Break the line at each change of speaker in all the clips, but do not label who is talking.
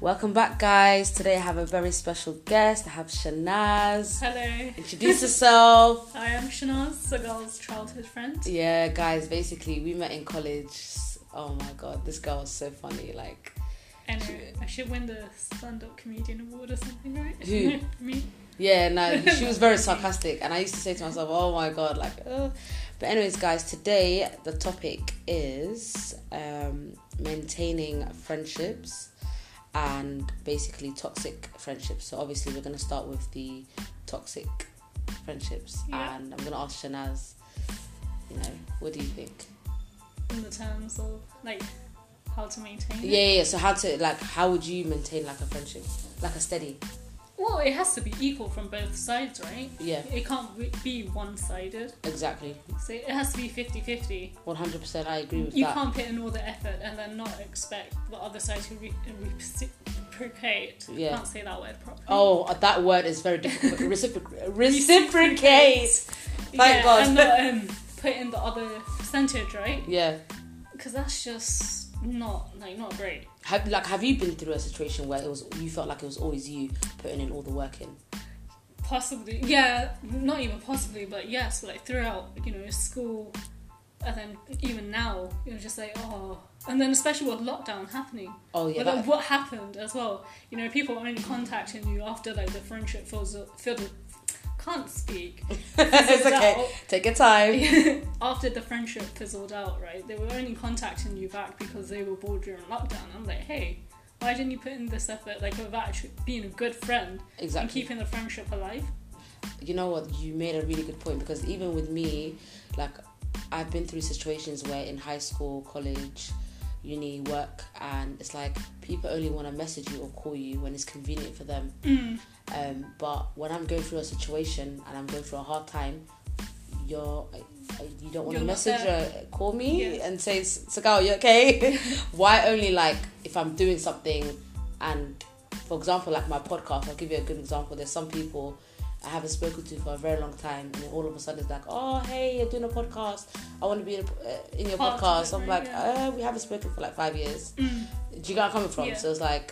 Welcome back, guys. Today I have a very special guest. I have Shanaz.
Hello,
Introduce yourself.
I am Shanaz, Sagal's childhood friend.
Yeah, guys, basically, we met in college. Oh my god, this girl was so funny. Like,
I know, I should win the stand up comedian award or something, right?
Who?
Me?
Yeah, no, she was very sarcastic, and I used to say to myself, "Oh my god!" Like, oh. but anyways, guys, today the topic is um, maintaining friendships and basically toxic friendships. So obviously, we're gonna start with the toxic friendships,
Yeah.
and I'm gonna ask Shanaz, you know, what do you think?
Mm-hmm. In the terms of, like, how to maintain it.
Yeah, yeah. yeah. So how to like, how would you maintain like a friendship, like a steady?
Well, it has to be equal from both sides, right?
Yeah,
It can't re- be one sided.
exactly.
So it has to be 50 50.
One hundred percent, I agree with
You
that.
can't put in all the effort and then not expect the other side to re- reciprocate.
Yeah.
can't say that word properly.
Oh, that word is very difficult. Reciproc- reciprocate. Thank
yeah,
God.
And not um, put in the other percentage, right?
Yeah.
because that's just not like not great.
Have, like, have you been through a situation where it was you felt like it was always you putting in all the work in?
Possibly, yeah, not even possibly, but yes, like throughout you know school, and then even now, you're just like oh, and then especially with lockdown happening,
Oh yeah,
with, like,
that,
what happened as well. You know, people are only contacting you after like the friendship fills up, filled up. Can't speak.
it's
fizzled
okay. Take your time.
out. after the friendship fizzled out, right? They were only contacting you back because they were bored during lockdown. I'm like, hey, why didn't you put in this effort like of actually being a good friend? and
Exactly.
keeping the friendship alive.
You know what? You made a really good point because even with me, like, I've been through situations where in high school, college, uni, work, and it's like people only want to message you or call you when it's convenient for them.
Mm,
Um, but when I'm going through a situation and I'm going through a hard time, you're uh, you don't want
You're
to
not
message or call me
Yes.
and say, "Sagal, you okay?" Why only like if I'm doing something and, for example, like my podcast. I'll give you a good example. There's some people I haven't spoken to for a very long time, and then all of a sudden it's like, "Oh, hey, you're doing a podcast. I want to be in, a, uh, in your
Part of
podcast."
it,
I'm
right,
like,
yeah.
uh, "We haven't spoken for like five years." do you get where I'm coming from?
Yeah.
So it's like,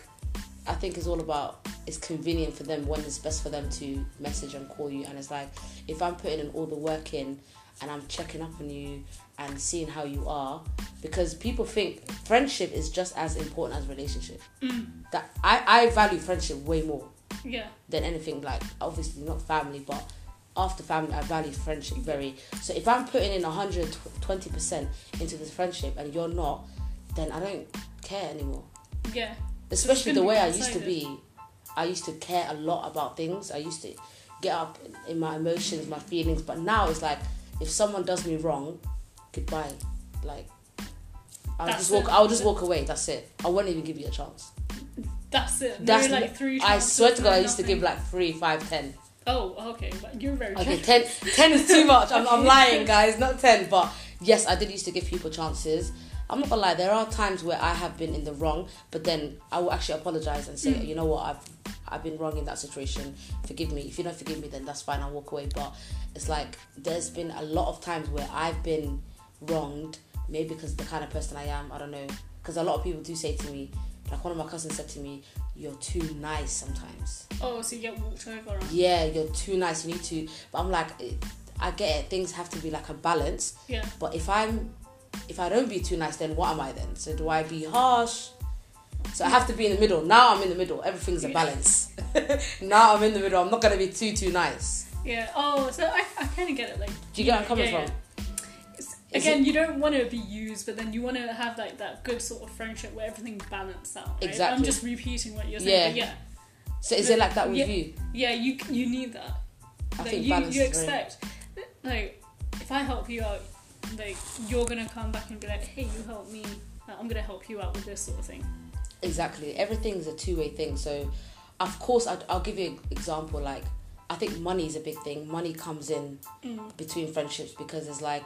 I think it's all about it's convenient for them when it's best for them to message and call you. And it's like, if I'm putting in all the work in and I'm checking up on you and seeing how you are, because people think friendship is just as important as relationship. That I, I value friendship way more
mm. Yeah,
than anything like obviously not family but after family i value friendship very so if i'm putting in 120% into this friendship and you're not then i don't care anymore
yeah,
especially
gonna
the
be
way i used to
one-sided.
be i used to care a lot about things i used to get up in my emotions my feelings but now it's like if someone does me wrong goodbye like I'll
That's
just walk.
it.
I'll just walk away. That's it. I won't even give you a chance.
that's it.
That's
That's like three.
I
chances,
swear to God, I
like
used to give
nothing.
like three, five, ten.
Oh, okay, but you're very
Okay,
generous.
10, 10 is too much. I'm, I'm lying, guys. Not 10, but yes, I did used to give people chances. I'm not gonna lie, there are times where I have been in the wrong, but then I will actually apologize and say, you know what, I've I've been wrong in that situation. Forgive me. If you don't forgive me, then that's fine. I'll walk away. But it's like there's been a lot of times where I've been wronged, maybe because of the kind of person I am. I don't know. Because a lot of people do say to me, like one of my cousins said to me, you're too nice sometimes
Oh, so you get walked over. On.
yeah, you're too nice, you need to. But I'm like, it- I get it. Things have to be like a balance.
Yeah,
But if I'm, if I don't be too nice, then what am I then? So do I be harsh? So I have to be in the middle. Now I'm in the middle. Everything's a
Yeah.
balance. now I'm in the middle. I'm not gonna be too too nice.
yeah. Oh, so I, I kind of get it. Like,
Do you get where I'm coming
yeah,
from?
yeah. It's-
Is
Again, you don't want to be used, but then you want to have like that good sort of friendship where everything's balanced out. Right?
Exactly.
I'm just repeating what you're saying. Yeah.
So is it like that with
Yeah.
you?
yeah, yeah. You you need that.
I
like,
think
you,
balance
you
is very-
expect like if I help you out, like you're gonna come back and be like, hey, you helped me. Like, I'm gonna help you out with this sort of thing.
Exactly. Everything's a two way thing. So, of course, I'd, I'll give you an example. Like, I think money is a big thing. Money comes in between friendships because it's like,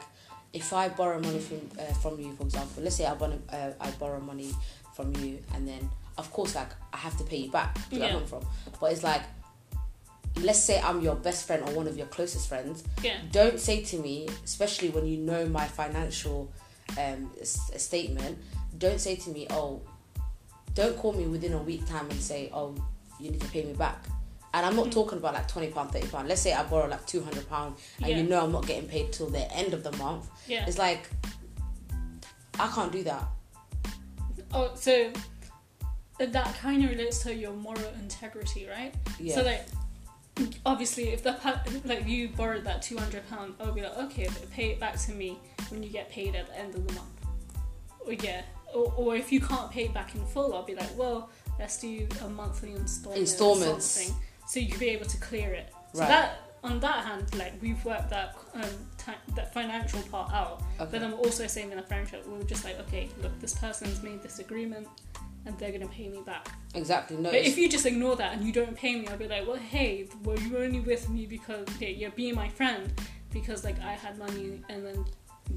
if I borrow money from uh, from you, for example, let's say I borrow uh, I borrow money from you, and then of course, like I have to pay you back. Do you know where I'm from? But it's like, let's say I'm your best friend or one of your closest friends.
Yeah.
Don't say to me, especially when you know my financial um, s- statement. Don't say to me, oh Don't call me within a week time and say, oh, you need to pay me back. And I'm not
Mm.
talking about like twenty pound, thirty pound. Let's say I borrow like two hundred pound, and
Yeah.
you know I'm not getting paid till the end of the month.
Yeah.
It's like I can't do that.
Oh, so that kind of relates to your moral integrity, right?
Yeah.
So like, obviously, if the pa- like you borrowed that two hundred pound, I would be like, okay, but pay it back to me when you get paid at the end of the month. Or yeah, or, or if you can't pay it back in full, I'll be like, well, let's do a monthly installment. or
Installments.
something, so you could be able to clear it. So
Right.
that on that hand, like we've worked that um, ti that financial part out.
okay.
But I'm also saying in a friendship, we were just like, okay, look, this person's made this agreement and they're gonna pay me back.
exactly. No.
But
it's-
if you just ignore that and you don't pay me, I'll be like, well, hey, were you only with me because yeah, you're being my friend because like I had money and then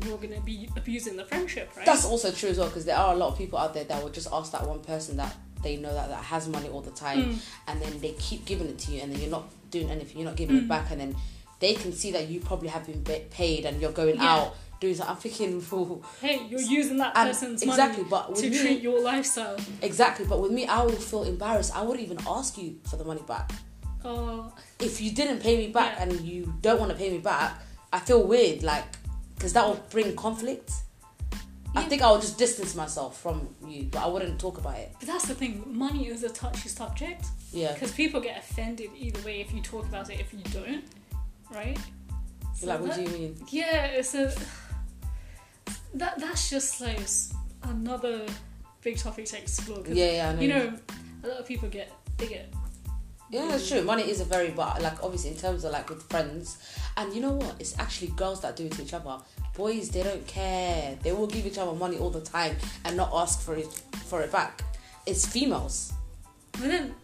you're gonna be abusing the friendship, right?
That's also true as well because there are a lot of people out there that will just ask that one person that they know that, that has money all the time
Mm,
and then they keep giving it to you and then you're not doing anything, you're not giving
Mm.
it back, and then they can see that you probably have been ba- paid and you're going
Yeah.
out doing something. I'm thinking, "Fool."
hey, you're using that
And
person's
exactly,
money
but with
to
me,
treat your lifestyle.
exactly, but with me, I will feel embarrassed. I wouldn't even ask you for the money back.
Oh,
If you didn't pay me back
Yeah.
and you don't want to pay me back, I feel weird, like, because that will bring conflict. I
Yeah.
think I would just distance myself from you, but I wouldn't talk about it.
but that's the thing. Money is a touchy subject.
Yeah.
Because people get offended either way if you talk about it, if you don't, right? So
Like, what
that-
do you mean?
Yeah, it's a. That, that's just like s- another big topic to explore. 'cause,
Yeah, yeah, I know.
You know, a lot of people get. They get.
yeah, that's true. Money is a very, but like obviously in terms of like with friends, and you know what? It's actually girls that do it to each other. Boys, they don't care. They will give each other money all the time and not ask for it for it back. It's females.
But then,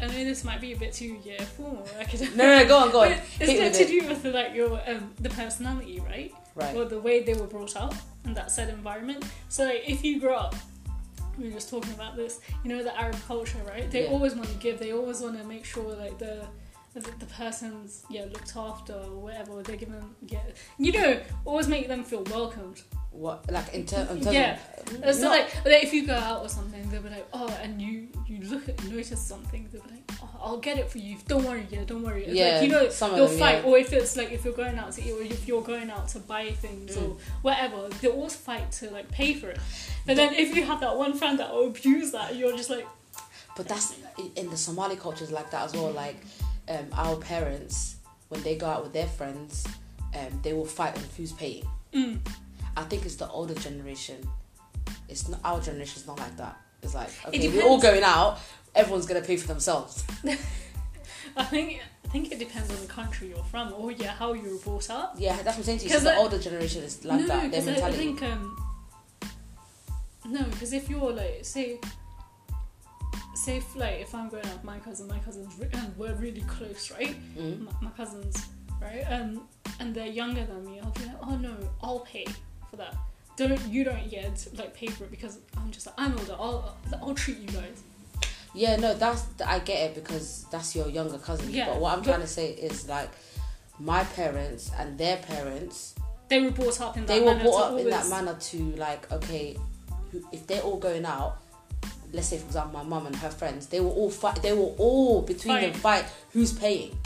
I know this might be a bit too yeah formal. Like, I don't
No, no, no, go on, go on.
But
Hit
it's
with
got to do with like your um, the personality, right?
Right.
Or the way they were brought up in that said environment. So like, if you grow up, we were just talking about this. You know, the Arab culture, right? They
Yeah.
always want to give. They always want to make sure like the the, the person's yeah looked after or whatever. They're given yeah. You know, always make them feel welcomed.
What like in, ter- in terms
Yeah.
of
So
not-
like, like, if you go out or something, they'll be like, oh, and you you look at notice something, they'll be like, oh, I'll get it for you. Don't worry, yeah, don't worry. It's
Yeah,
like, you know,
some of
they'll
them,
fight.
yeah.
Or if it's like if you're going out to eat, or if you're going out to buy things
Mm.
or whatever, they will always fight to like pay for it. But then if you have that one friend that will abuse that, you're just like,
But that's in the Somali cultures like that as well. Like um, our parents, when they go out with their friends, um, they will fight on who's paying.
mm,
I think it's the older generation. It's not our generation's not like that. It's like
It
okay, we're all
depends.
going out. Everyone's gonna pay for themselves.
I think I think it depends on the country you're from, or yeah, how you were brought up.
Yeah, that's what I'm saying to you. So
'Cause
the
I-
older generation is like
no,
that. Their
'cause I-
mentality.
I think um, no, because if you're like say, say if, like if I'm going out with my cousin, my cousins re- and we're really close, right?
Mm.
My, my cousins, right? Um, and they're younger than me. I'll be like, oh no, I'll pay for that. Don't you don't yet like pay for it because I'm just like I'm older. I'll I'll treat you guys.
Yeah, no, that's I get it because that's your younger cousin.
Yeah,
But what I'm
but-
trying to say is like my parents and their parents
They were brought up in that.
they were
manner
brought
to
up in that
always-
manner to like okay who- if they're all going out let's say for example my mum and her friends they were all fight they were all between them fight who's paying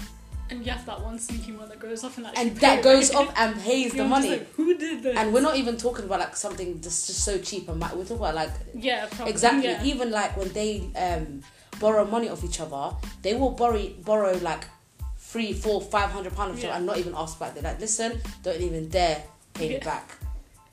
And you have that one sneaky one that goes off and actually
and that
pay,
goes
right?
up and pays the
You're just
money
like, Who did this?
and we're not even talking about like something that's just so cheap and like, we're talking about like
yeah, probably.
exactly
Yeah.
even like when they um borrow money off each other they will borrow borrow like three four five hundred pound of each other
Yeah.
and not even ask back they're like listen don't even dare pay me
Yeah.
back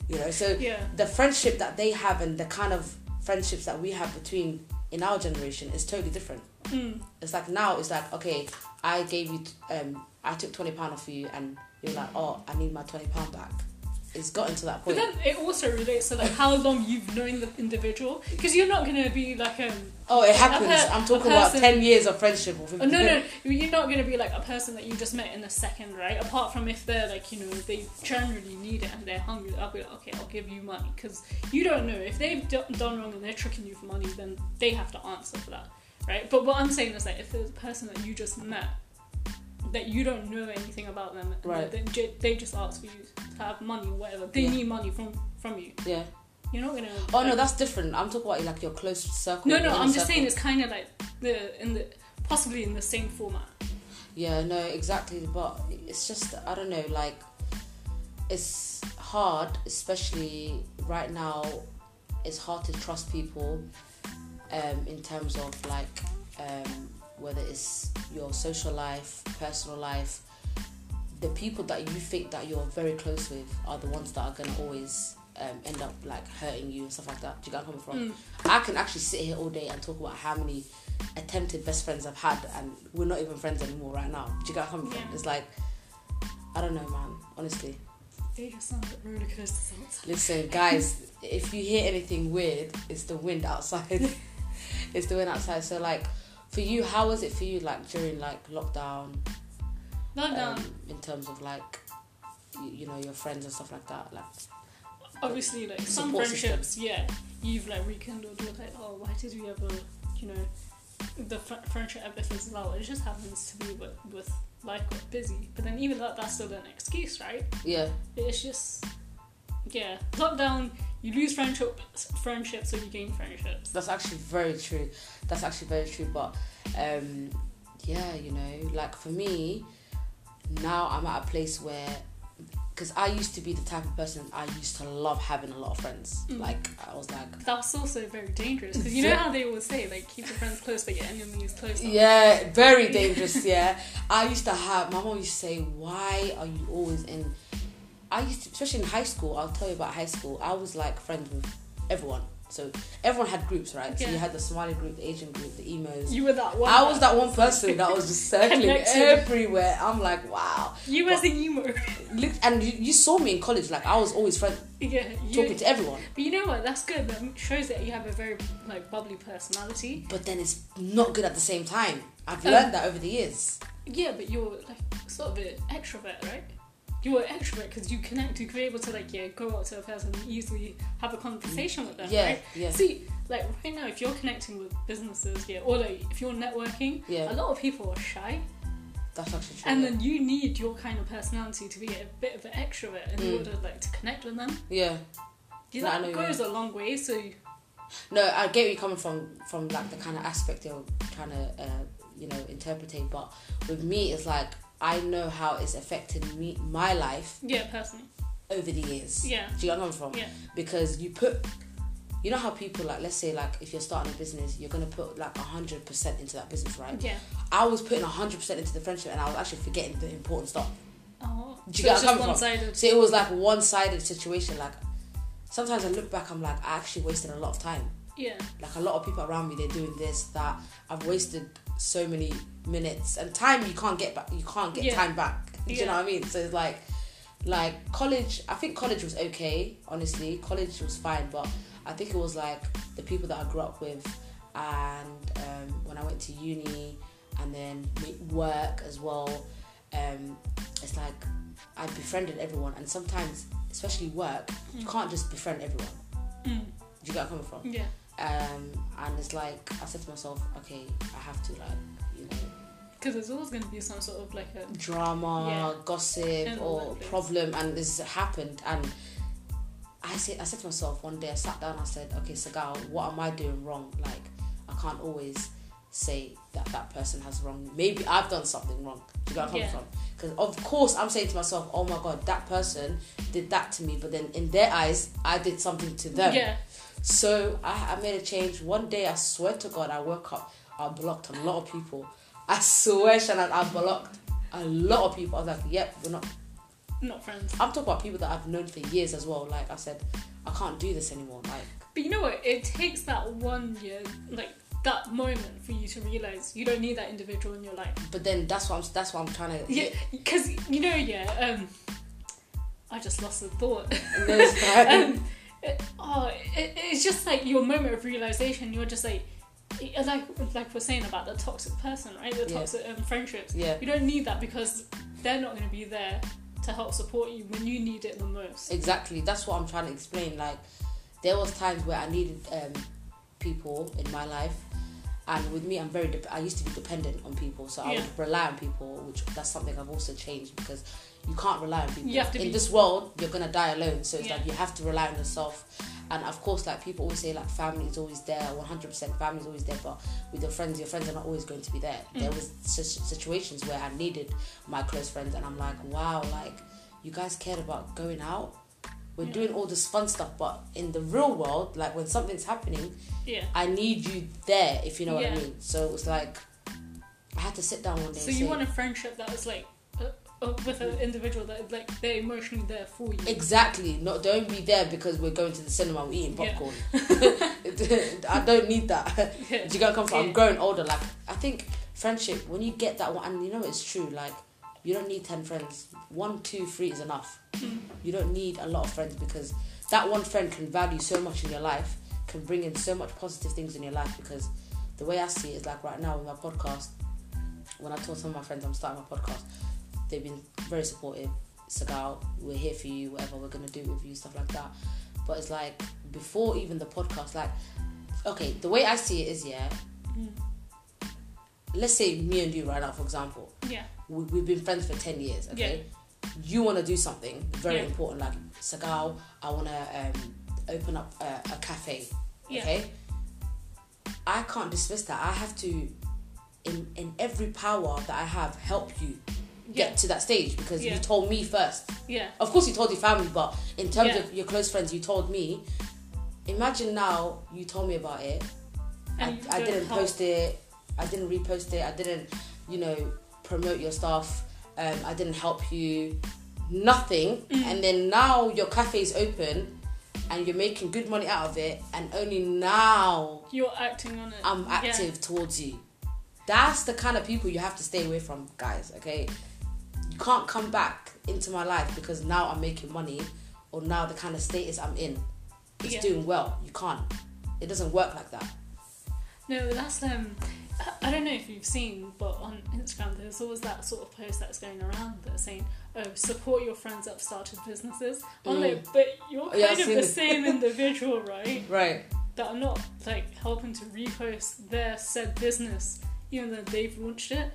you know so
Yeah.
the friendship that they have and the kind of friendships that we have between in our generation is totally different.
Mm.
It's like now it's like okay, I gave you, um, I took twenty pound off you, and you're like, oh, I need my twenty pound back. It's gotten to that point.
But then it also relates to like how long you've known the individual because you're not gonna be like um
oh, it happens.
a per-
I'm
a
talking about
person-
ten years of friendship or
oh,
fifteen.
no no you're not gonna be like a person that you just met in a second right apart from if they're like you know they generally need it and they're hungry I'll be like okay I'll give you money because you don't know if they've do- done wrong and they're tricking you for money then they have to answer for that right but what I'm saying is like if there's a person that you just met that you don't know anything about them and
Right.
they, they just ask for you to have money whatever they
Yeah.
need money from from you
Yeah,
You're not gonna.
Oh
like-
no, that's different. I'm talking about like your close circle.
No,
your
no.
inner
I'm just
circle.
saying it's kind of like the in the possibly in the same format.
Yeah, no, exactly. But it's just I don't know. Like, it's hard, especially right now. It's hard to trust people, um, in terms of like, um, whether it's your social life, personal life. The people that you think that you're very close with are the ones that are gonna always um, end up like hurting you and stuff like that. Do you get where I'm coming from?
Mm.
I can actually sit here all day and talk about how many attempted best friends I've had, and we're not even friends anymore right now. Do you get where I'm coming from?
Yeah.
It's like, I don't know, man. Honestly,
They just sound like roller coasters outside.
listen, guys. if you hear anything weird, it's the wind outside. it's the wind outside. So like, for you, how was it for you? Like during like lockdown,
Lockdown.
um, in terms of like, you, you know, your friends and stuff like that. Like,
obviously like some
Support
friendships yeah you've like rekindled you're like oh why did we ever you know the fr- friendship ever fizzle out it just happens to be with, with life got busy but then even that that's still an excuse right
yeah,
it's just yeah lockdown you lose friendship friendships or you gain friendships
That's actually very true. That's actually very true. But um, yeah, you know, like for me, now I'm at a place where, because I used to be the type of person I used to love having a lot of friends.
Mm.
Like I was like,
that's also very dangerous because you know
Yeah.
how they always say like keep your friends close but your enemies closer
yeah, very dangerous. yeah, I used to have. My mom used to say, "Why are you always in?" I used to, especially in high school. I'll tell you about high school. I was like friends with everyone. So everyone had groups, right? So you
Yeah.
had the Somali group, the Asian group, the emos.
you were that one
I was that one person that was just circling
Connected.
everywhere. I'm like, wow.
you was the emo
Look, and you, you saw me in college. Like I was always friend,
yeah you,
talking to everyone.
But you know what? That's good. That shows that you have a very like bubbly personality.
But then it's not good at the same time. I've
Um,
learned that over the years.
Yeah, but you're like sort of an extrovert, right? You were an extrovert because you connect. You were able to like yeah go out to a person and easily have a conversation with them.
Yeah,
Right?
yeah.
See, like right now, if you're connecting with businesses, yeah, or like if you're networking,
Yeah.
a lot of people are shy,
That's actually true.
and
yeah.
then you need your kind of personality to be a bit of an extrovert in
Mm.
order like to connect with them.
yeah.
Yeah,
No, I
that
know what you
goes a long way. So
No, I get where you're coming from, from like the kind of aspect you're trying to, uh, you know, interpretate. But with me, it's like I know how it's affected me, my life
yeah, personally,
over the years.
yeah,
Do you know where I'm from?
yeah,
because you put you know how people like let's say like if you're starting a business you're gonna put like 100% into that business right
yeah.
i was putting 100% into the friendship and i was actually forgetting the important stuff
Oh,
Do you
so
get
it's
where
just
I'm coming from?
one-sided.
so it was like one-sided situation like sometimes i look back i'm like i actually wasted a lot of time
Yeah.
like a lot of people around me they're doing this that i've wasted so many minutes and time you can't get back you can't get
Yeah.
time back do you know
Yeah.
what i mean so it's like like college i think college was okay honestly college was fine but i think it was like the people that i grew up with and um, when i went to uni and then ma- work as well um, it's like i befriended everyone and sometimes especially work you
Mm.
can't just befriend everyone
Mm.
do you get where i'm coming from
Yeah.
um, and it's like I said to myself, okay, I have to like you know
Because there's always going to be some sort of like a.
drama, gossip,
And all
or
that things.
problem, and this happened. And I said, I said to myself one day, I sat down, I said, okay, Sagal, what am I doing wrong? Like I can't always say that that person has wrong. Maybe I've done something wrong. Do you get where I'm
Yeah.
coming from? Because of course I'm saying to myself, oh my god, that person did that to me, but then in their eyes, I did something to them.
Yeah.
So I, I made a change. One day, I swear to God, I woke up. I blocked a lot of people. I swear, Shannon, I blocked a lot of people. I was like, yep, we're not.
Not friends.
I'm talking about people that I've known for years as well. Like I said, I can't do this anymore. Like,
But you know what? It takes that one year, like that moment, for you to realize you don't need that individual in your life.
but then that's what I'm. That's what I'm trying to.
Yeah. Because you know, yeah. Um, I just lost the thought.
No, it's fine.
um, it, oh, it, it's just like your moment of realization. You're just like, like like we're saying about the toxic person, right? The
Yeah.
toxic um, friendships.
yeah,
You don't need that because they're not going to be there to help support you when you need it the most.
exactly. That's what I'm trying to explain. Like, there was times where I needed um, people in my life. And with me, I'm very. Dep- I used to be dependent on people, so I
Yeah.
would rely on people, which that's something I've also changed because you can't rely on people.
You have to
in
be-
this world, you're gonna die alone, so it's
Yeah.
like you have to rely on yourself. And of course, like people always say, like family is always there, 100% family is always there, but with your friends, your friends are not always going to be there. There
Mm.
was such situations where I needed my close friends, and I'm like, wow, like you guys cared about going out. We're
Yeah.
doing all this fun stuff, but in the real world, like when something's happening,
Yeah.
I need you there, if you know
Yeah.
what I mean. So it was like, I had to sit down one day.
So
and
you
say,
want a friendship that was like uh, uh, with an individual that like they're emotionally there for you.
Exactly. Not don't be there because we're going to the cinema. We're eating
Yeah.
popcorn. I don't need that.
Yeah.
Do you get what I'm from?
Yeah.
I'm growing older. Like I think friendship. When you get that one, and you know it's true. Like you don't need ten friends. One, two, three is enough. You don't need a lot of friends because that one friend can value so much in your life. Can bring in so much positive things in your life because the way I see it is like right now with my podcast. When I told some of my friends I'm starting my podcast, they've been very supportive. Sagal, we're here for you, whatever we're gonna do with you, stuff like that. But it's like before even the podcast, like okay, the way I see it is yeah,
Mm.
let's say me and you right now, for example,
Yeah.
we, we've been friends for 10 years, okay? You want to do something very
Yeah.
important, like Sagal, I want to um, open up a, a cafe,
Yeah.
okay? I can't dismiss that. I have to, in, in every power that I have, help you get
Yeah.
to that stage because
Yeah.
you told me first.
Yeah.
Of course, you told your family, but in terms
Yeah.
of your close friends, you told me. Imagine now you told me about it. I,
And
I
you
didn't
don't help.
post it. I didn't repost it. I didn't, you know, promote your stuff. Um, I didn't help you. Nothing.
Mm.
And then now your cafe is open, and you're making good money out of it. And only now
You're acting on it.
I'm
Yeah.
active towards you. That's the kind of people you have to stay away from, guys. Okay, you can't come back into my life because now I'm making money, or now the kind of status I'm in, it's
Yeah.
doing well. You can't. It doesn't work like that.
No, that's um. I- I don't know if you've seen, but on Instagram there's always that sort of post that's going around that's saying, "Oh, support your friends that have started businesses." I'm
Mm.
like, but you're
Yeah, I've
kind
seen
of the
it.
same individual, right?
Right.
That I'm not like helping to repost their said business, even though they've launched it.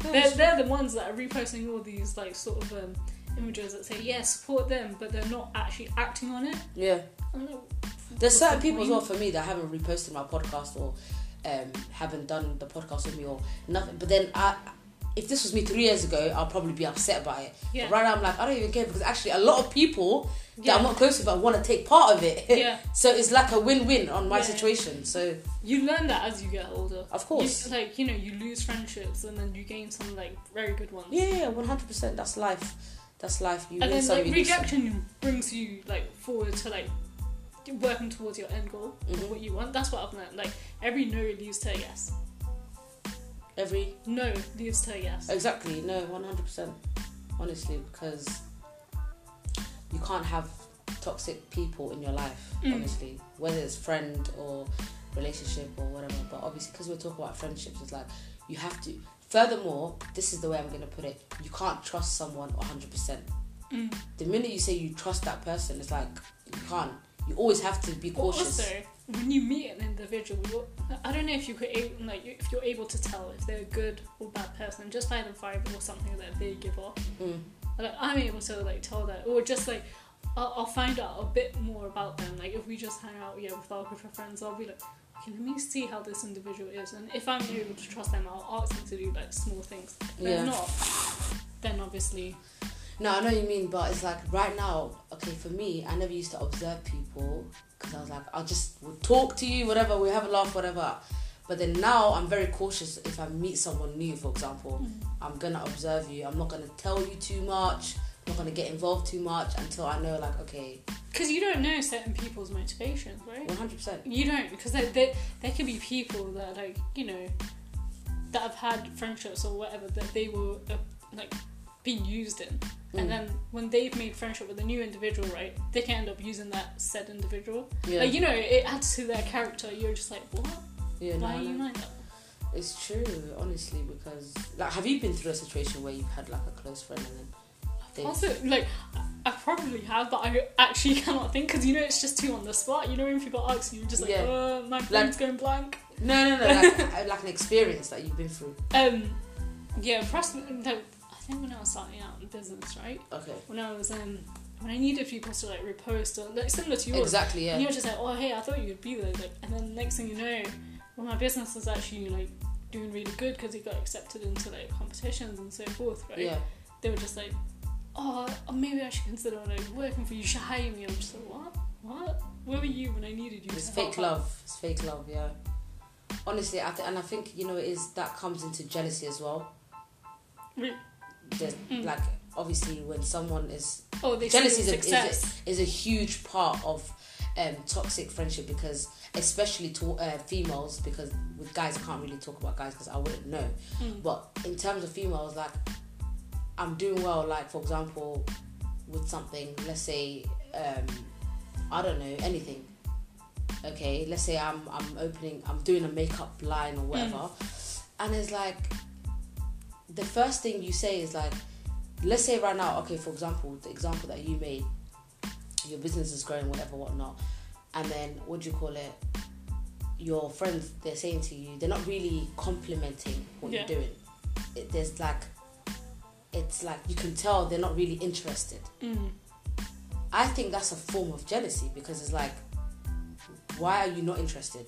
They're, they're the ones that are reposting all these like sort of um, images that say, "Yeah, support them," but they're not actually acting on it.
Yeah.
I'm like,
There's
what's
certain
the
people as
point?
well for me that haven't reposted my podcast or um, haven't done the podcast with me or nothing. But then I, if this was me three years ago, I'll probably be upset about it. But
Yeah.
right now, I'm like, I don't even care because actually, a lot of people
Yeah.
that I'm not close with, I want to take part of it.
Yeah.
so it's like a win-win on my
Yeah.
situation. So
You learn that as you get older.
Of course.
You- like, you know, you lose friendships and then you gain some, like, very good ones.
yeah, yeah, 100%. That's life. That's life. You
and
win
then,
some,
like,
you lose some.
rejection brings you, like, forward to, like, working towards your end goal of
Mhm.
what you want. That's what I've learned. Like, every no leads to a yes.
Every
No leads to a
Uh,
yes.
Exactly, no, 100%. Honestly, because you can't have toxic people in your life,
Mm.
honestly, whether it's friend or relationship or whatever. But obviously, because we're talking about friendships, it's like you have to. Furthermore, this is the way I'm going to put it you can't trust someone 100%.
Mm.
The minute you say you trust that person, it's like you can't. You always have to be
But
cautious.
Also, when you meet an individual, you're, I don't know if you could able, like if you're able to tell if they're a good or bad person just by the vibe or something that they give off.
Mm.
like I'm able to like tell that, or just like I'll, I'll find out a bit more about them. Like if we just hang out, yeah, with our group of friends, I'll be like, okay, let me see how this individual is, and if I'm able to trust them, I'll ask them to do like small things. If
Yeah.
they're not, then obviously,
No, I know what you mean, but it's like right now, okay, for me, I never used to observe people because I was like, I'll just we'll talk to you, whatever, we'll have a laugh, whatever. But then now I'm very cautious if I meet someone new, for example. I'm gonna observe you, I'm not gonna tell you too much, I'm not gonna get involved too much until I know, like, okay,
because you don't know certain people's motivations, right?
100%.
You don't, because there, there, there could be people that like you know that have had friendships or whatever that they were uh, like being used in,
Mm.
and then when they've made friendship with a new individual, right, they can end up using that said individual.
yeah,
Like you know, it adds to their character. You're just like, what?
yeah, no,
Why
I
are you
know.
like that?
It's true, honestly, because, like, have you been through a situation where you've had, like, a close friend and then they.
Also, like, I- I probably have, but I actually cannot think because you know it's just too on the spot. You know, when people ask you, you're just like,
Yeah.
uh, my brain's going blank.
No, no, no, like, like an experience that you've been through.
Um, yeah, press. Like, I think when I was starting out in business, right.
Okay.
when I was um when I needed people to like repost or like similar to yours.
Exactly,
And you
yeah.
were just like, oh hey, I thought you'd be there. Like, and then next thing you know, well, my business was actually like doing really good because it got accepted into like competitions and so forth, right?
Yeah.
They were just like, oh, maybe I should consider like working for you. You should hire me. I'm just like, what? What? Where were you when I needed you?
It's
to
fake
help out?"
love. It's fake love, yeah. Honestly, I th- and I think you know it is that comes into jealousy as well.
Re-
There's,
Mm.
Like obviously, when someone is
Oh, they see
jealousy is
your
a, is, a,
success.
is a huge part of um, toxic friendship because especially to uh, females because with guys I can't really talk about guys because I wouldn't know.
Mm.
But in terms of females, like I'm doing well. Like for example, with something, let's say um, I don't know anything. Okay, let's say I'm I'm opening, I'm doing a makeup line or whatever, and it's like the first thing you say is like, let's say right now, okay, for example, the example that you made, your business is growing, whatever, whatnot, and then what do you call it? Your friends, they're saying to you, they're not really complimenting what
Yeah.
you're doing. It, there's like, it's like you can tell they're not really interested.
Mm.
I think that's a form of jealousy because it's like, why are you not interested?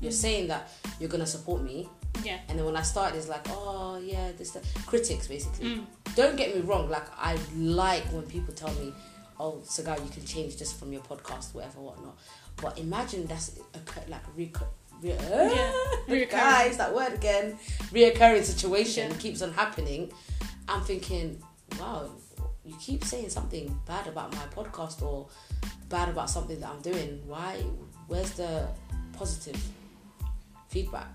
You're
Mm.
saying that you're gonna support me,
Yeah.
and then when I start, it's like, oh yeah, this that. critics basically.
Mm.
Don't get me wrong, like I like when people tell me, oh Sagar, you can change this from your podcast, whatever, whatnot. But imagine that's a, cur- like recur. Re-
Yeah, reoccurring.
Guys, that word again. Reoccurring situation
Yeah.
keeps on happening. I'm thinking, wow, you keep saying something bad about my podcast or bad about something that I'm doing. Why? Where's the positive feedback?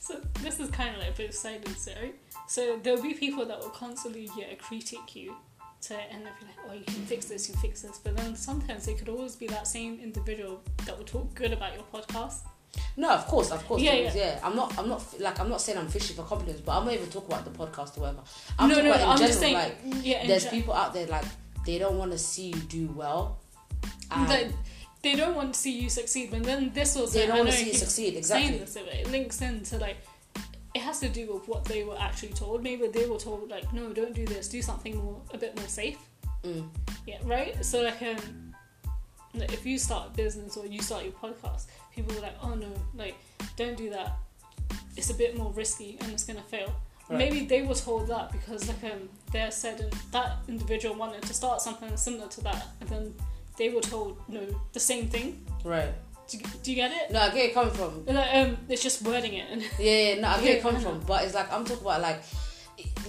So this is kind of like both sides, right? So there'll be people that will constantly yeah critique you to end up being like, oh, you can fix this, you can fix this. But then sometimes it could always be that same individual that will talk good about your podcast.
No, of course, of course.
Yeah,
Yeah, yeah. I'm not, I'm not like, I'm not saying I'm fishing for compliments, but I'm not even talking about the podcast or whatever. I'm
no,
talking
no,
about in
I'm
general.
just saying.
like,
yeah, in
there's
gen-
people out there like they don't want to see you do well. And
that they don't want to see you succeed. But then this also,
um, they don't
I
want to
know
see you
keep
succeed.
saying
Exactly.
this, but it links into like it has to do with what they were actually told. Maybe they were told like, no, don't do this, do something more a bit more safe.
Mm.
Yeah, right? So like um like if you start a business or you start your podcast, people are like, Oh no, like don't do that. It's a bit more risky and it's gonna fail.
Right.
Maybe they were told that because like um they said and that individual wanted to start something similar to that and then they were told no, the same thing.
Right.
Do you, do you get it?
No, I get where you're coming from.
Like, um, it's just wording it and
Yeah, yeah, no, I get where
Yeah,
you're coming
I know.
from. But it's like I'm talking about like,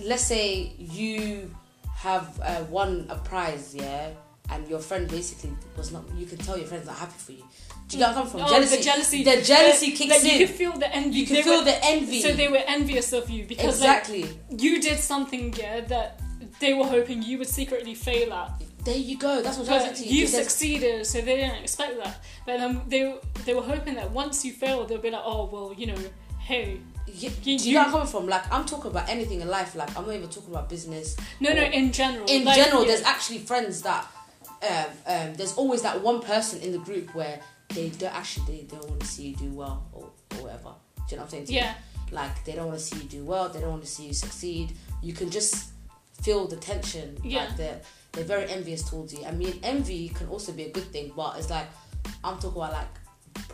let's say you have uh, won a prize, yeah, and your friend basically was not. You can tell your friend's not happy for you. Do you get where I'm coming from?
Oh,
jealousy.
The jealousy.
The jealousy
uh,
kicks
like,
in.
You can feel the envy.
you can
They
feel
were-
the envy.
So they were envious of you because like,
exactly.
you did something yeah that they were hoping you would secretly fail at.
there you go. That's what I'm trying
But
to say to
you
you. 'cause there's-
succeeded, so they didn't expect that. But um, they they were hoping that once you fail, they'll be like, oh well, you know, hey,
Yeah, do
you-
you, know where I'm coming from? Like I'm talking about anything in life. Like I'm not even talking about business.
no, no,
Or-
in general,
In
like,
general,
yeah,
there's actually friends that um, um, there's always that one person in the group where they don't actually they don't want to see you do well or, or whatever. Do you know what I'm saying? to you?
yeah,
Like they don't want to see you do well. They don't want to see you succeed. You can just feel the tension.
Yeah.
Like they're they're very envious towards you. I mean, envy can also be a good thing, but it's like I'm talking about like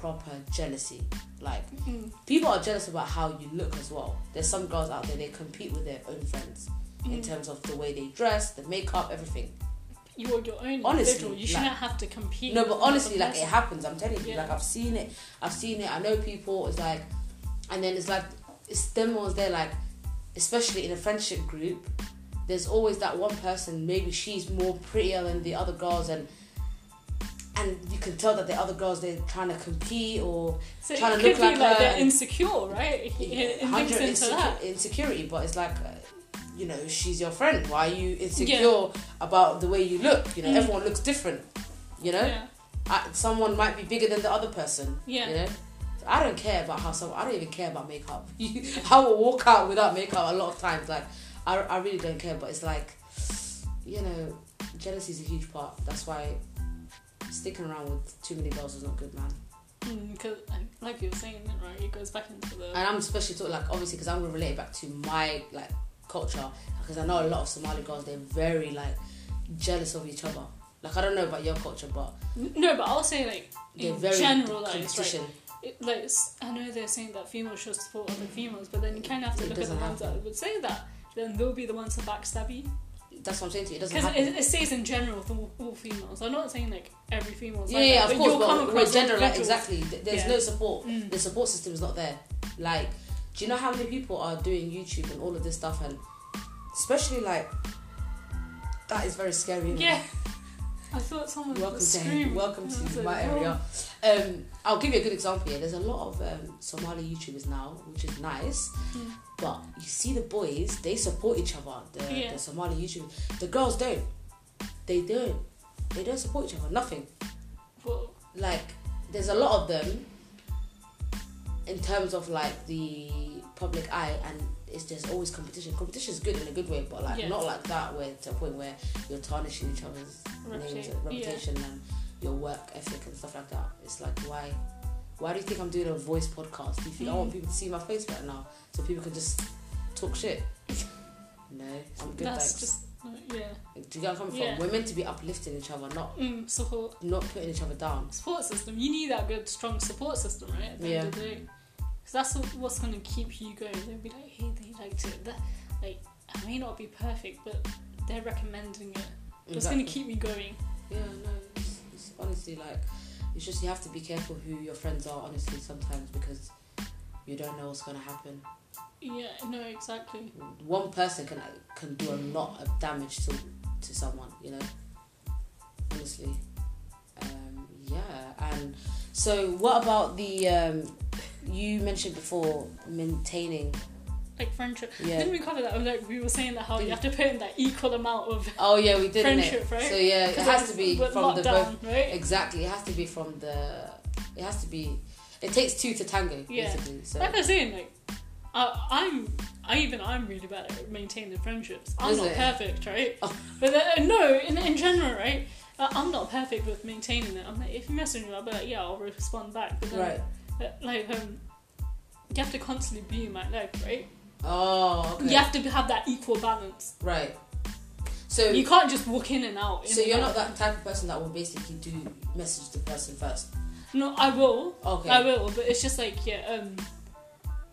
proper jealousy. Like
mm,
people are jealous about how you look as well. There's some girls out there they compete with their own friends in
Mm.
terms of the way they dress, the makeup, everything.
you are your own
Honestly,
individual. You
like-
shouldn't have to compete.
No,
with
but
another
honestly, like it
person.
happens. I'm telling you,
Yeah.
like I've seen it. I've seen it. I know people. It's like, and then it's like, it's them ones. They're like, especially in a friendship group, there's always that one person. Maybe she's more prettier than the other girls, and and you can tell that the other girls they're trying to compete or
so it
trying to
could
look
be
like
like
a-
they're insecure, right? It, it
100
links into
insecu-
that.
insecurity, but it's like, uh, you know, she's your friend. Why are you insecure about the way you look? You know,
Mm.
everyone looks different. You know,
Yeah.
I, someone might be bigger than the other person.
Yeah.
You know, I don't care about how someone. I don't even care about makeup. I will walk out without makeup a lot of times. Like, I, I really don't care. But it's like, you know, jealousy is a huge part. That's why sticking around with too many girls is not good, man.
Because, Mm, like you were saying, right, it goes back into the.
and I'm especially talking like obviously because I'm gonna relate it back to my like culture because I know a lot of Somali girls they're very like jealous of each other. Like I don't know about your culture, but
N- No, but I'll say like
they're
in
very
general, like, it's like,
competition.
it, like s- I know they're saying that females should support other females, but then you kind of have to
It
look at the
doesn't
ones that
happen.
would say that. Then they'll be the ones to backstab you
That's what I'm saying to you. It doesn't
because
happen.
it, it says in general with all, all females. I'm not saying like every female.
yeah, yeah, of course. But we're general, like,
exactly.
exactly. Th- There's
Yeah.
no support.
Mm.
The support system is not there. Like, do you know how many people are doing YouTube and all of this stuff? And especially like, that is very scary. isn't it?
Yeah, I thought someone was
Welcome to
screaming.
welcome
And I was
to
like,
my
"Oh."
area. Um, I'll give you a good example here. There's a lot of um, Somali YouTubers now, which is nice.
Mm.
But you see the boys, they support each other. The,
Yeah.
the Somali YouTubers, the girls don't. They don't. They don't support each other. Nothing.
Well,
Like there's a lot of them. In terms of like the public eye, and it's there's always competition. Competition is good in a good way, but like
Yeah.
not like that where to a point where you're tarnishing each other's names
reputation.
and reputation and your work ethic and stuff like that. It's like why why do you think I'm doing a voice podcast? Do you think I want
Mm.
people to see my face right now so people can just talk shit? No, I'm
Yeah,
good
that's
thanks.
just uh,
do
yeah.
you get where I'm coming
Yeah.
from? We're meant to be uplifting each other, not
Mm, support
not putting each other down.
support system. You need that good strong support system, right? At the end of the day, because that's what- what's going to keep you going. They'll be like, hey, they liked it. That, like, I may not be perfect, but they're recommending it. It's going to keep me going.
Yeah, no, it's, it's honestly like it's just you have to be careful who your friends are honestly sometimes because you don't know what's gonna happen.
Yeah, no, exactly.
one person can can do a lot of damage to to someone, you know. Honestly, um, yeah. And so, what about the um, you mentioned before maintaining?
Like friendship. Didn't
Yeah.
we cover that? Oh, Like we were saying that how you
Didn't-
have to put in that equal amount of
Oh yeah, we did didn't it.
Friendship, right?
So yeah, it has to be
with
from the both.
lockdown, right?
Exactly, it has to be from the. It has to be. It takes two to tango,
Yeah.
basically. So
Like I was saying, like I, I'm, I even I'm really bad at maintaining friendships. I'm
Is
not
it?
perfect, right?
Oh.
But uh, no, in, in general, right? Uh, I'm not perfect with maintaining it. I'm like, if you message me, I'll be like, yeah, I'll respond back. But then,
right.
uh, like, um, you have to constantly be in my life, right?
Oh, okay.
You have to have that equal balance.
Right. So
You can't just walk in and out. in
So
and
you're not
out.
that type of person that will basically do message the person first.
No, I will.
Okay.
I will, but it's just like, yeah, um,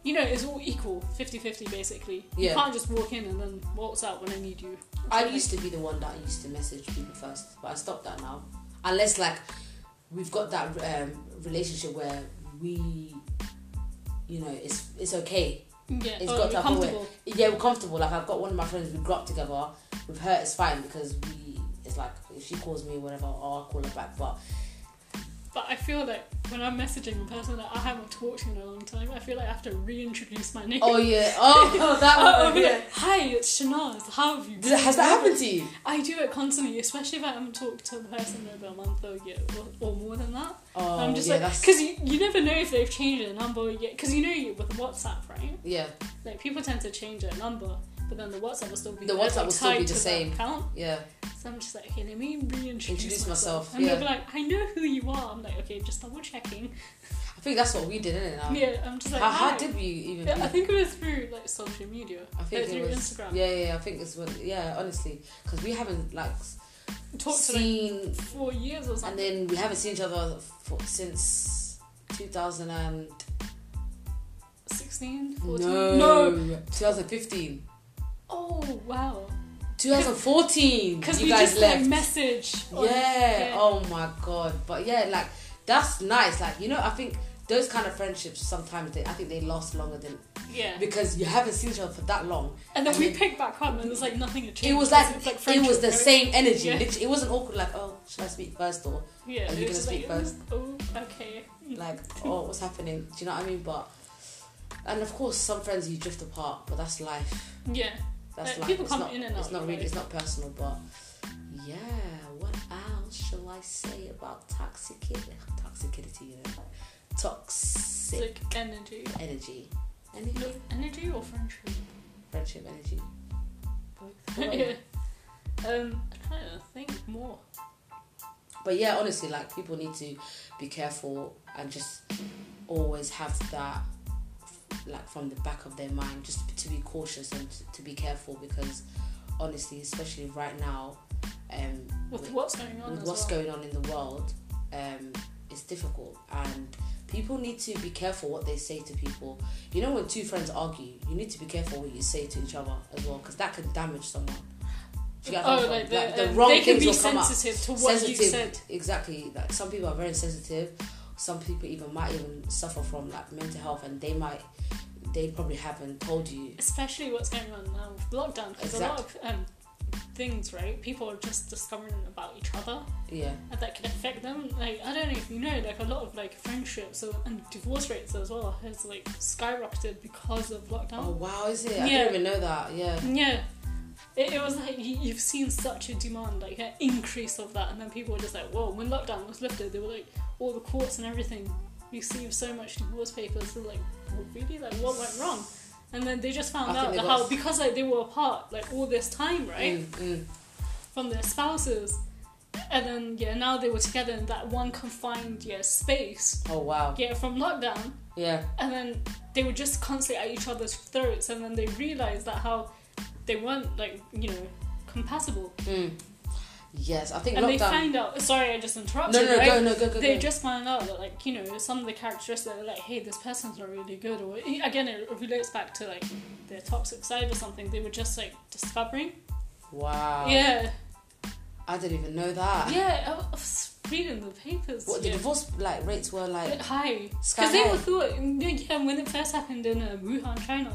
you know, it's all equal, 50 50 basically. You
Yeah.
can't just walk in and then waltz out when I need you.
I used to be the one that used to message people first, but I stopped that now. Unless like we've got that um, relationship where we, you know, it's it's okay.
Yeah,
It's
oh,
got
you're
to have a way.
comfortable.
Yeah, we're comfortable. Like I've got one of my friends, we grew up together. With her, it's fine because we. It's like if she calls me, whatever, or I'll call her back. But
But I feel like when I'm messaging a person that I haven't talked to in a long time, I feel like I have to reintroduce my name.
oh yeah, oh that
I'll- I'll
one.
be
yeah.
like, Hi, it's Shanaz. How have you?
Did- Has that happened to you?
I do it constantly, especially if I haven't talked to the person in over a month or, yeah, or, or more than that.
Oh,
I'm just
yeah,
like,
that's-
because you, you never know if they've changed their number yet. Because you know, you, with WhatsApp, right?
yeah,
Like people tend to change their number, but then the WhatsApp will still be
The
there,
WhatsApp
like,
will still be
tied
the
to that
same.
Account.
yeah.
So I'm just like, okay, let me reintroduce
Introduce myself,
And they'll
yeah.
be like, I know who you are. I'm like, okay, just double checking.
I think that's what we did, isn't it? Now?
yeah, I'm just like,
Um, how, how
hi.
did we even?
Yeah,
do
I think it was through like social media.
I think
like,
it
through
was.
Instagram.
Yeah, yeah, yeah, I think it's what. Yeah, honestly, because we haven't like
Talked to like
seen,
four years or
and
something.
then we haven't seen each other for, since 2000 and
16, 14.
no,
no.
2015,
Oh wow.
2014.
Because
You
we
guys
just
left.
like message. on-
yeah. Oh my god. But yeah, like that's nice. Like you know, I think those kind of friendships sometimes they, I think they last longer than
Yeah.
because you haven't seen each other for that long.
And then we
And
picked back up and there's like nothing had
It
changed.
was
because
like,
it's,
it
friendship,
was the
right?
same energy.
Yeah.
Literally, it wasn't awkward. Like, oh, should I speak first or
Yeah,
Are you gonna
it was just
speak
like,
first?
Oh, okay.
like, oh, what's happening? Do you know what I mean? But and of course, some friends you drift apart, but that's life.
Yeah.
That's
Like,
life.
people
it's
come
not,
in and
It's
out,
not
right?
really. It's not personal, but yeah. What else shall I say about toxicity? Toxicity, you know, toxic
Like energy.
energy, energy,
No, energy or friendship?
friendship energy. Both.
yeah. Um, I'm trying to think more.
But yeah, honestly, like people need to be careful and just always have that, like from the back of their mind, just to be cautious and to be careful because honestly, especially right now, um,
with what's going on.
with
as
what's
well.
going on in the world, um, it's difficult, and people need to be careful what they say to people. You know, when two friends argue, you need to be careful what you say to each other as well, because that can damage someone. Do you get what I'm
Oh,
saying?
like the,
Like, the
um,
wrong
they can
things
be
will come up.
sensitive to what you
Sensitive.
said.
Exactly. Like some people are very sensitive. Some people even might even suffer from like mental health, and they might they probably haven't told you.
Especially what's going on now with lockdown, because a lot of um, things, right? People are just discovering about each other,
Yeah.
and that can affect them. Like I don't know if you know, like a lot of like friendships or- and divorce rates as well has like skyrocketed because of
Oh
lockdown.
wow, is it? I
Yeah.
didn't even know that. Yeah.
Yeah. It, it was like you, you've seen such a demand, like an increase of that, and then people were just like, "Whoa!" When lockdown was lifted, they were like, all the courts and everything received so much divorce papers. They're like, well, "Really? Like, what went wrong?" And then they just
I
found
think
out
they
that
got-
how because like they were apart like all this time, right,
Mm, mm.
from their spouses, and then yeah, now they were together in that one confined yeah space,
Oh wow.
yeah, from lockdown,
Yeah.
and then they were just constantly at each other's throats and then they realized that how they weren't like you know compatible
Mm. Yes, I think
and they
lockdown.
find out sorry i just interrupted
no, no,
right?
go, no, go, go,
they
go.
just find out that like you know some of the characteristics that are like hey this person's not really good or e, again it relates back to like their toxic side or something they were just like discovering
wow.
yeah
I didn't even know that.
yeah i was reading the papers
What the
yeah.
divorce like rates were like?
Bit high
Sky
because they
high.
were thought yeah when it first happened in uh, wuhan china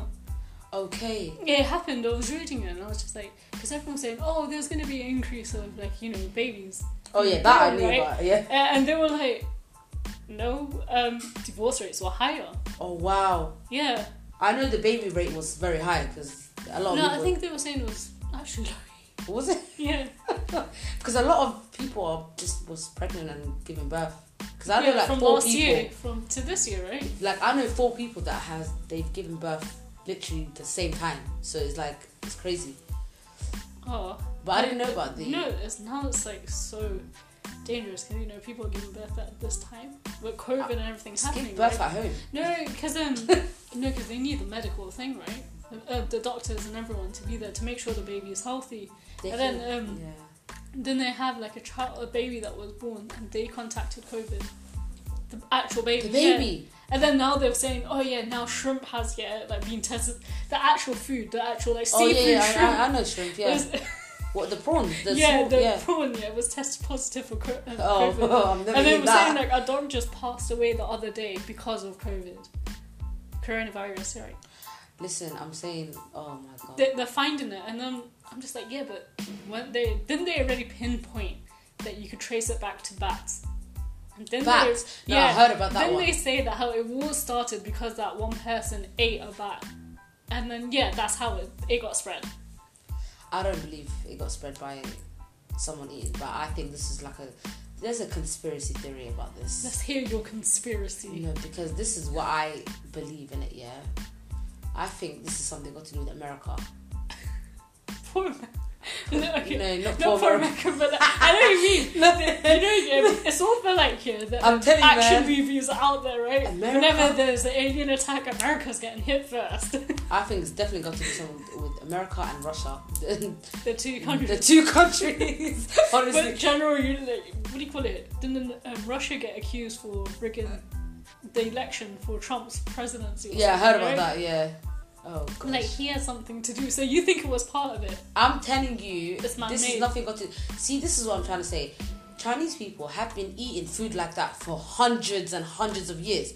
Okay.
Yeah, it happened. I was reading it and I was just like, because everyone was saying, oh, there's going to be an increase of, like, you know, babies.
Oh yeah, that I
Yeah,
knew
right.
about. Yeah.
A- And they were like, no, um, divorce rates were higher.
Oh wow.
Yeah.
I know the baby rate was very high because a lot of
No, I
people
think they were saying it was actually low.
was it
Yeah.
because a lot of people are just was pregnant and giving birth. Because I know
yeah
like
from
four
last
people.
year from to this year, right?
Like I know four people that has they've given birth literally the same time. So it's like it's crazy.
Oh.
But I didn't know about the.
No, it's now it's like so dangerous because, you know, people are giving birth at this time with COVID and everything
Just
happening.
give birth
right?
at home.
No, because um, no, 'cause they need the medical thing, right? Uh, the doctors and everyone to be there to make sure the baby is healthy.
They
And then,
can-
um,
yeah.
Then they have like a child, a baby that was born, and they contacted COVID. The actual baby.
The
yeah.
baby.
And then now they're saying, oh yeah, now shrimp has yeah like been tested. The actual food, the actual like
Oh
seafood
yeah, yeah
shrimp.
I, I, I know shrimp. Yeah.
was-
what the prawn? The
yeah,
small-
the
yeah.
prawn yeah was tested positive for co- uh,
Oh,
COVID.
I'm never
And they
eating
were
that.
saying like our dog just passed away the other day because of COVID, coronavirus, right?
Listen, I'm saying, oh my god.
they, they're finding it, and then I'm just like, yeah, but weren't they? Didn't they already pinpoint that you could trace it back to bats? And then
Bats?
They,
No, I heard about that
Then
one.
they say that how it all started because that one person ate a bat, and then yeah, that's how it, it got spread.
I don't believe it got spread by someone eating, but I think this is like a there's a conspiracy theory about this.
Let's hear your conspiracy.
No, because this is what I believe in it. Yeah, I think this is something got to do with America.
Poor man. No, okay.
No, not
Not
poor
poor
America.
America, but like, I know what you mean.
Nothing.
You know, yeah, it's all for like yeah, the
I'm telling you,
action
man.
movies are out there, right?
America.
Whenever there's an alien attack, America's getting hit first.
I think it's definitely got to do something with America and Russia, the,
the
Mm. the
two countries.
two countries.
But
Honestly,
general, you like, what do you call it? Didn't um, Russia get accused for rigging the election for Trump's presidency? or
yeah, I heard
something,
about
right?
that. Yeah. Oh gosh.
Like he has something to do, so you think it was part of it?
I'm telling you,
It's
this
man-made.
is nothing got to see. This is what I'm trying to say. Chinese people have been eating food like that for hundreds and hundreds of years,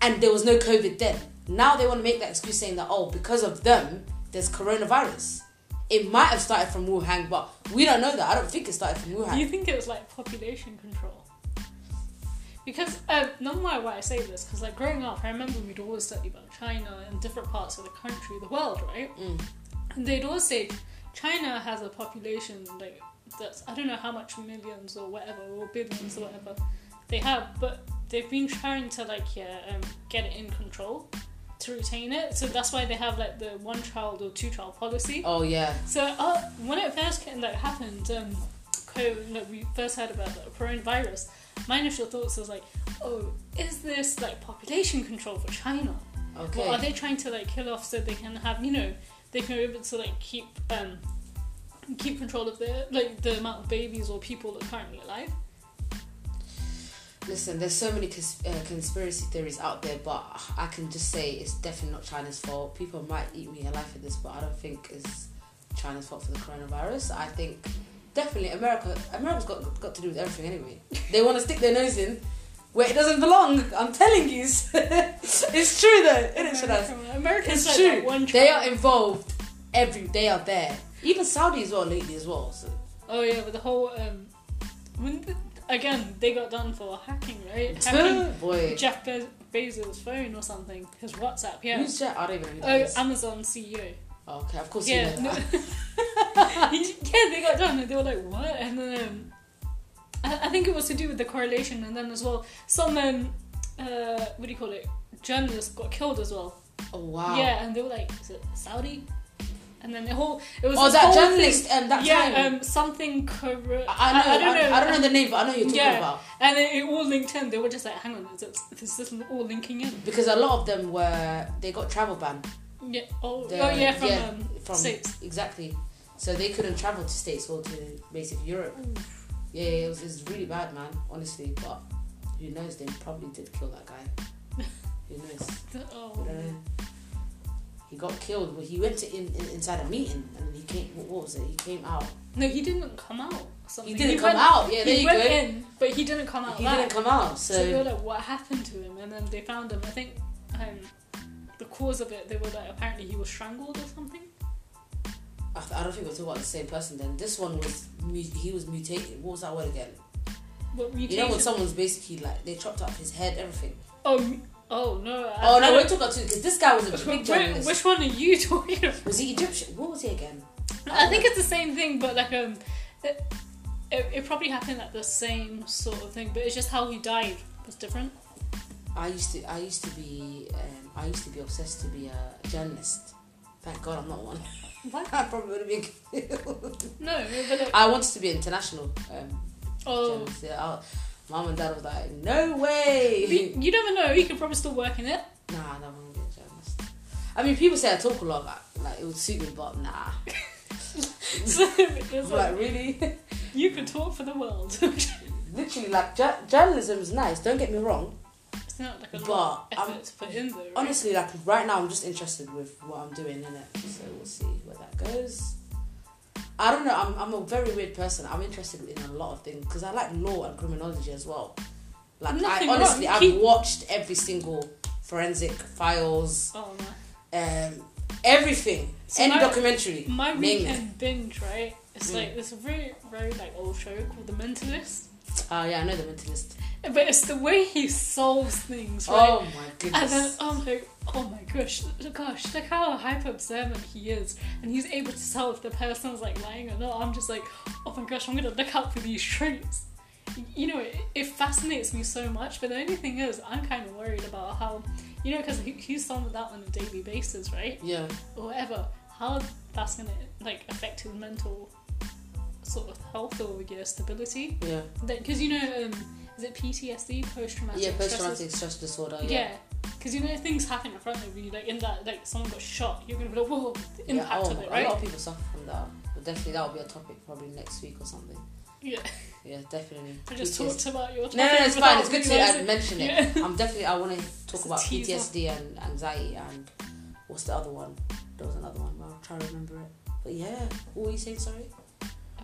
and there was no COVID then. Now they want to make that excuse saying that oh, because of them, there's coronavirus. It might have started from Wuhan, but we don't know that. I don't think it started from
Do you
Wuhan.
think it was like population control? Because um, no matter why I say this, because like growing up, I remember we'd always study about China and different parts of the country, the world, right?
Mm.
And they'd always say China has a population like that's I don't know how much millions or whatever or billions or whatever they have, but they've been trying to like yeah um, get it in control to retain it. So that's why they have like the one child or two child policy.
Oh yeah,
So uh, when it first came, like happened, um, COVID, like, we first heard about the coronavirus. My initial thoughts was like, oh, is this like population control for China?
okay.
Or are they trying to like kill off so they can have you know they can be able to like keep um keep control of their like the amount of babies or people that are currently alive.
Listen, there's so many cons- uh, conspiracy theories out there, but I can just say it's definitely not China's fault. People might eat me alive for this, but I don't think it's China's fault for the coronavirus. I think definitely America. America's got got to do with everything anyway. They want to stick their nose in where it doesn't belong. I'm telling you, it's true though, isn't it, Shanaz?
America-
It's
America's like
true.
that one
They are
child.
involved. Every they are there. Even Saudi as well lately as well. So
Oh yeah, but the whole um, when the, again they got done for hacking, right? Hacking
boy,
Jeff Be- Bezos' phone or something, his WhatsApp. Yeah.
who's Jeff? I don't even know who that
Oh,
is.
Amazon CEO.
Oh, okay, of course
Yeah,
you know
no.
that.
yeah, they got done and they were like, what? And then um, I, I think it was to do with the correlation and then as well some um, uh, what do you call it? Journalists got killed as well.
Oh wow.
Yeah, and they were like, is it Saudi? And then the whole it was
Oh,
this
that
whole
journalist
thing-
and that
yeah,
time.
um, something corrupt.
I, I know. I,
don't know.
I don't know the name, but I know who you're talking
Yeah.
about
And it, it all linked in. They were just like, hang on, is, it, is this all linking in?
because a lot of them were they got travel ban.
Yeah. Oh,
The-
oh yeah, from
yeah,
um,
from
states.
exactly. So they couldn't travel to states or to basically Europe.
Mm.
Yeah, it was, it was really bad, man. Honestly, but who knows? They probably did kill that guy. who knows?
Oh.
We don't know. He got killed. Well, he went to in, in, inside a meeting and he came. What, what was it? He came out.
No, he didn't come out. or Something.
He didn't come
went-
out. Yeah, there
he
you go.
went in, but he didn't come out.
He
alive.
didn't come out.
So, they were
So
like, what happened to him? And then they found him. I think um, the cause of it, they were like, apparently he was strangled or something.
I, th- I don't think we're talking about the same person. Then this one was mu- he was mutated. What was that word again?
What
You know
mutation?
when someone's basically like they chopped up his head, everything.
oh, mu- oh no. I-
Oh
I
no, we're
don't-
talking about two because this guy was a big
Wait,
journalist.
which one are you talking about?
Was he Egyptian? What was he again?
I think it's the same thing, but like um, it, it, it probably happened at the same sort of thing, but it's just how he died was different.
I used to I used to be um, I used to be obsessed to be a journalist. Thank God I'm not one.
What?
I probably would have been killed.
No, but like,
I wanted to be international. Um,
oh,
journalist. Yeah, I, mom and dad was like, no way.
you, you never know. You could probably still work in it.
nah, I don't want to be a journalist. I mean, people say I talk a lot, like, like it would suit me, but nah.
So it's
I'm
like,
like really.
you could talk for the world.
Literally, like ju- journalism is nice. Don't get me wrong.
it's not like a
But um,
lot of
I'm-
effort to put in there. Right?
Honestly, like right now, I'm just interested with what I'm doing in it. So we'll see where that goes. I don't know. I'm, I'm a very weird person. I'm interested in a lot of things because I like law and criminology as well. Like
Nothing
I
wrong.
honestly, I've
Keep-
watched every single forensic files,
oh man.
um, everything,
So
any
my-
documentary.
My
name
weekend binge, right? It's
Mm.
like this very, very like old show called The Mentalist,
it. Oh yeah, I know the mentalist.
but it's the way he solves things, right?
Oh my
And then
goodness.
I'm like, oh my gosh, gosh, look how hyper observant he is. And he's able to tell if the person's like lying or not. I'm just like, oh my gosh, I'm gonna look out for these traits. You know, it, it fascinates me so much, but the only thing is, I'm kind of worried about how, you know, because he, he's someone that on a daily basis, right?
Yeah.
Or whatever, how that's gonna like affect his mental sort of health or your stability.
Yeah.
Because, you know, um, is it PTSD, post traumatic
Yeah. Post
stress
traumatic stress disorder. Yeah.
yeah, because you know things happen in front of you. Like in that, like someone got shot, you're gonna be like, whoa, the
Yeah,
impact
oh,
of it,
A lot
right?
of people suffer from that. But definitely, that will be a topic probably next week or something.
Yeah.
Yeah, definitely.
I just
PTSD.
talked about your.
No, no, no,
topic
it's fine.
without
It's good to
realising-
uh, mention it.
Yeah.
I'm definitely. I want to
It's
talk
a
about
teaser.
PTSD and anxiety and what's the other one? There was another one. But I'll try to remember it. But yeah, what were you saying? Sorry.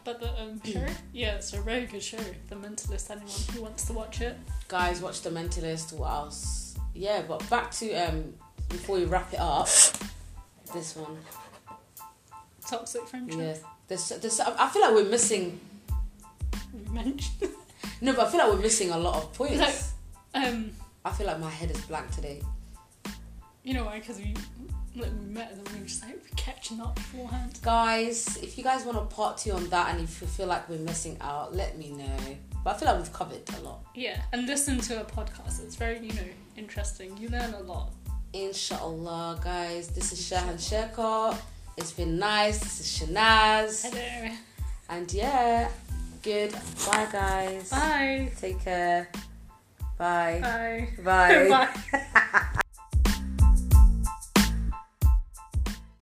But the um,
Hmm.
show, yeah, it's a very good show. The Mentalist. Anyone who wants to watch it,
Guys, watch The Mentalist. What else? Yeah, but back to um before we wrap it up. This one.
Toxic Friendship.
Yeah. There's, there's, I feel like we're missing.
We mentioned.
No, but I feel like we're missing a lot of points.
Like- Um,
I feel like my head is blank today.
you know why? Because we like we met and then we were just like we're catching up beforehand.
guys if you guys want a part two on that and if you feel like we're missing out let me know but i feel like we've covered a lot
Yeah, and listen to a podcast. It's very you know interesting. You learn a lot.
inshallah guys this is shahan shekar it's been nice this is shanaz
Hello.
and yeah good bye guys
Bye.
take care bye
Bye.
bye,
Bye.
bye.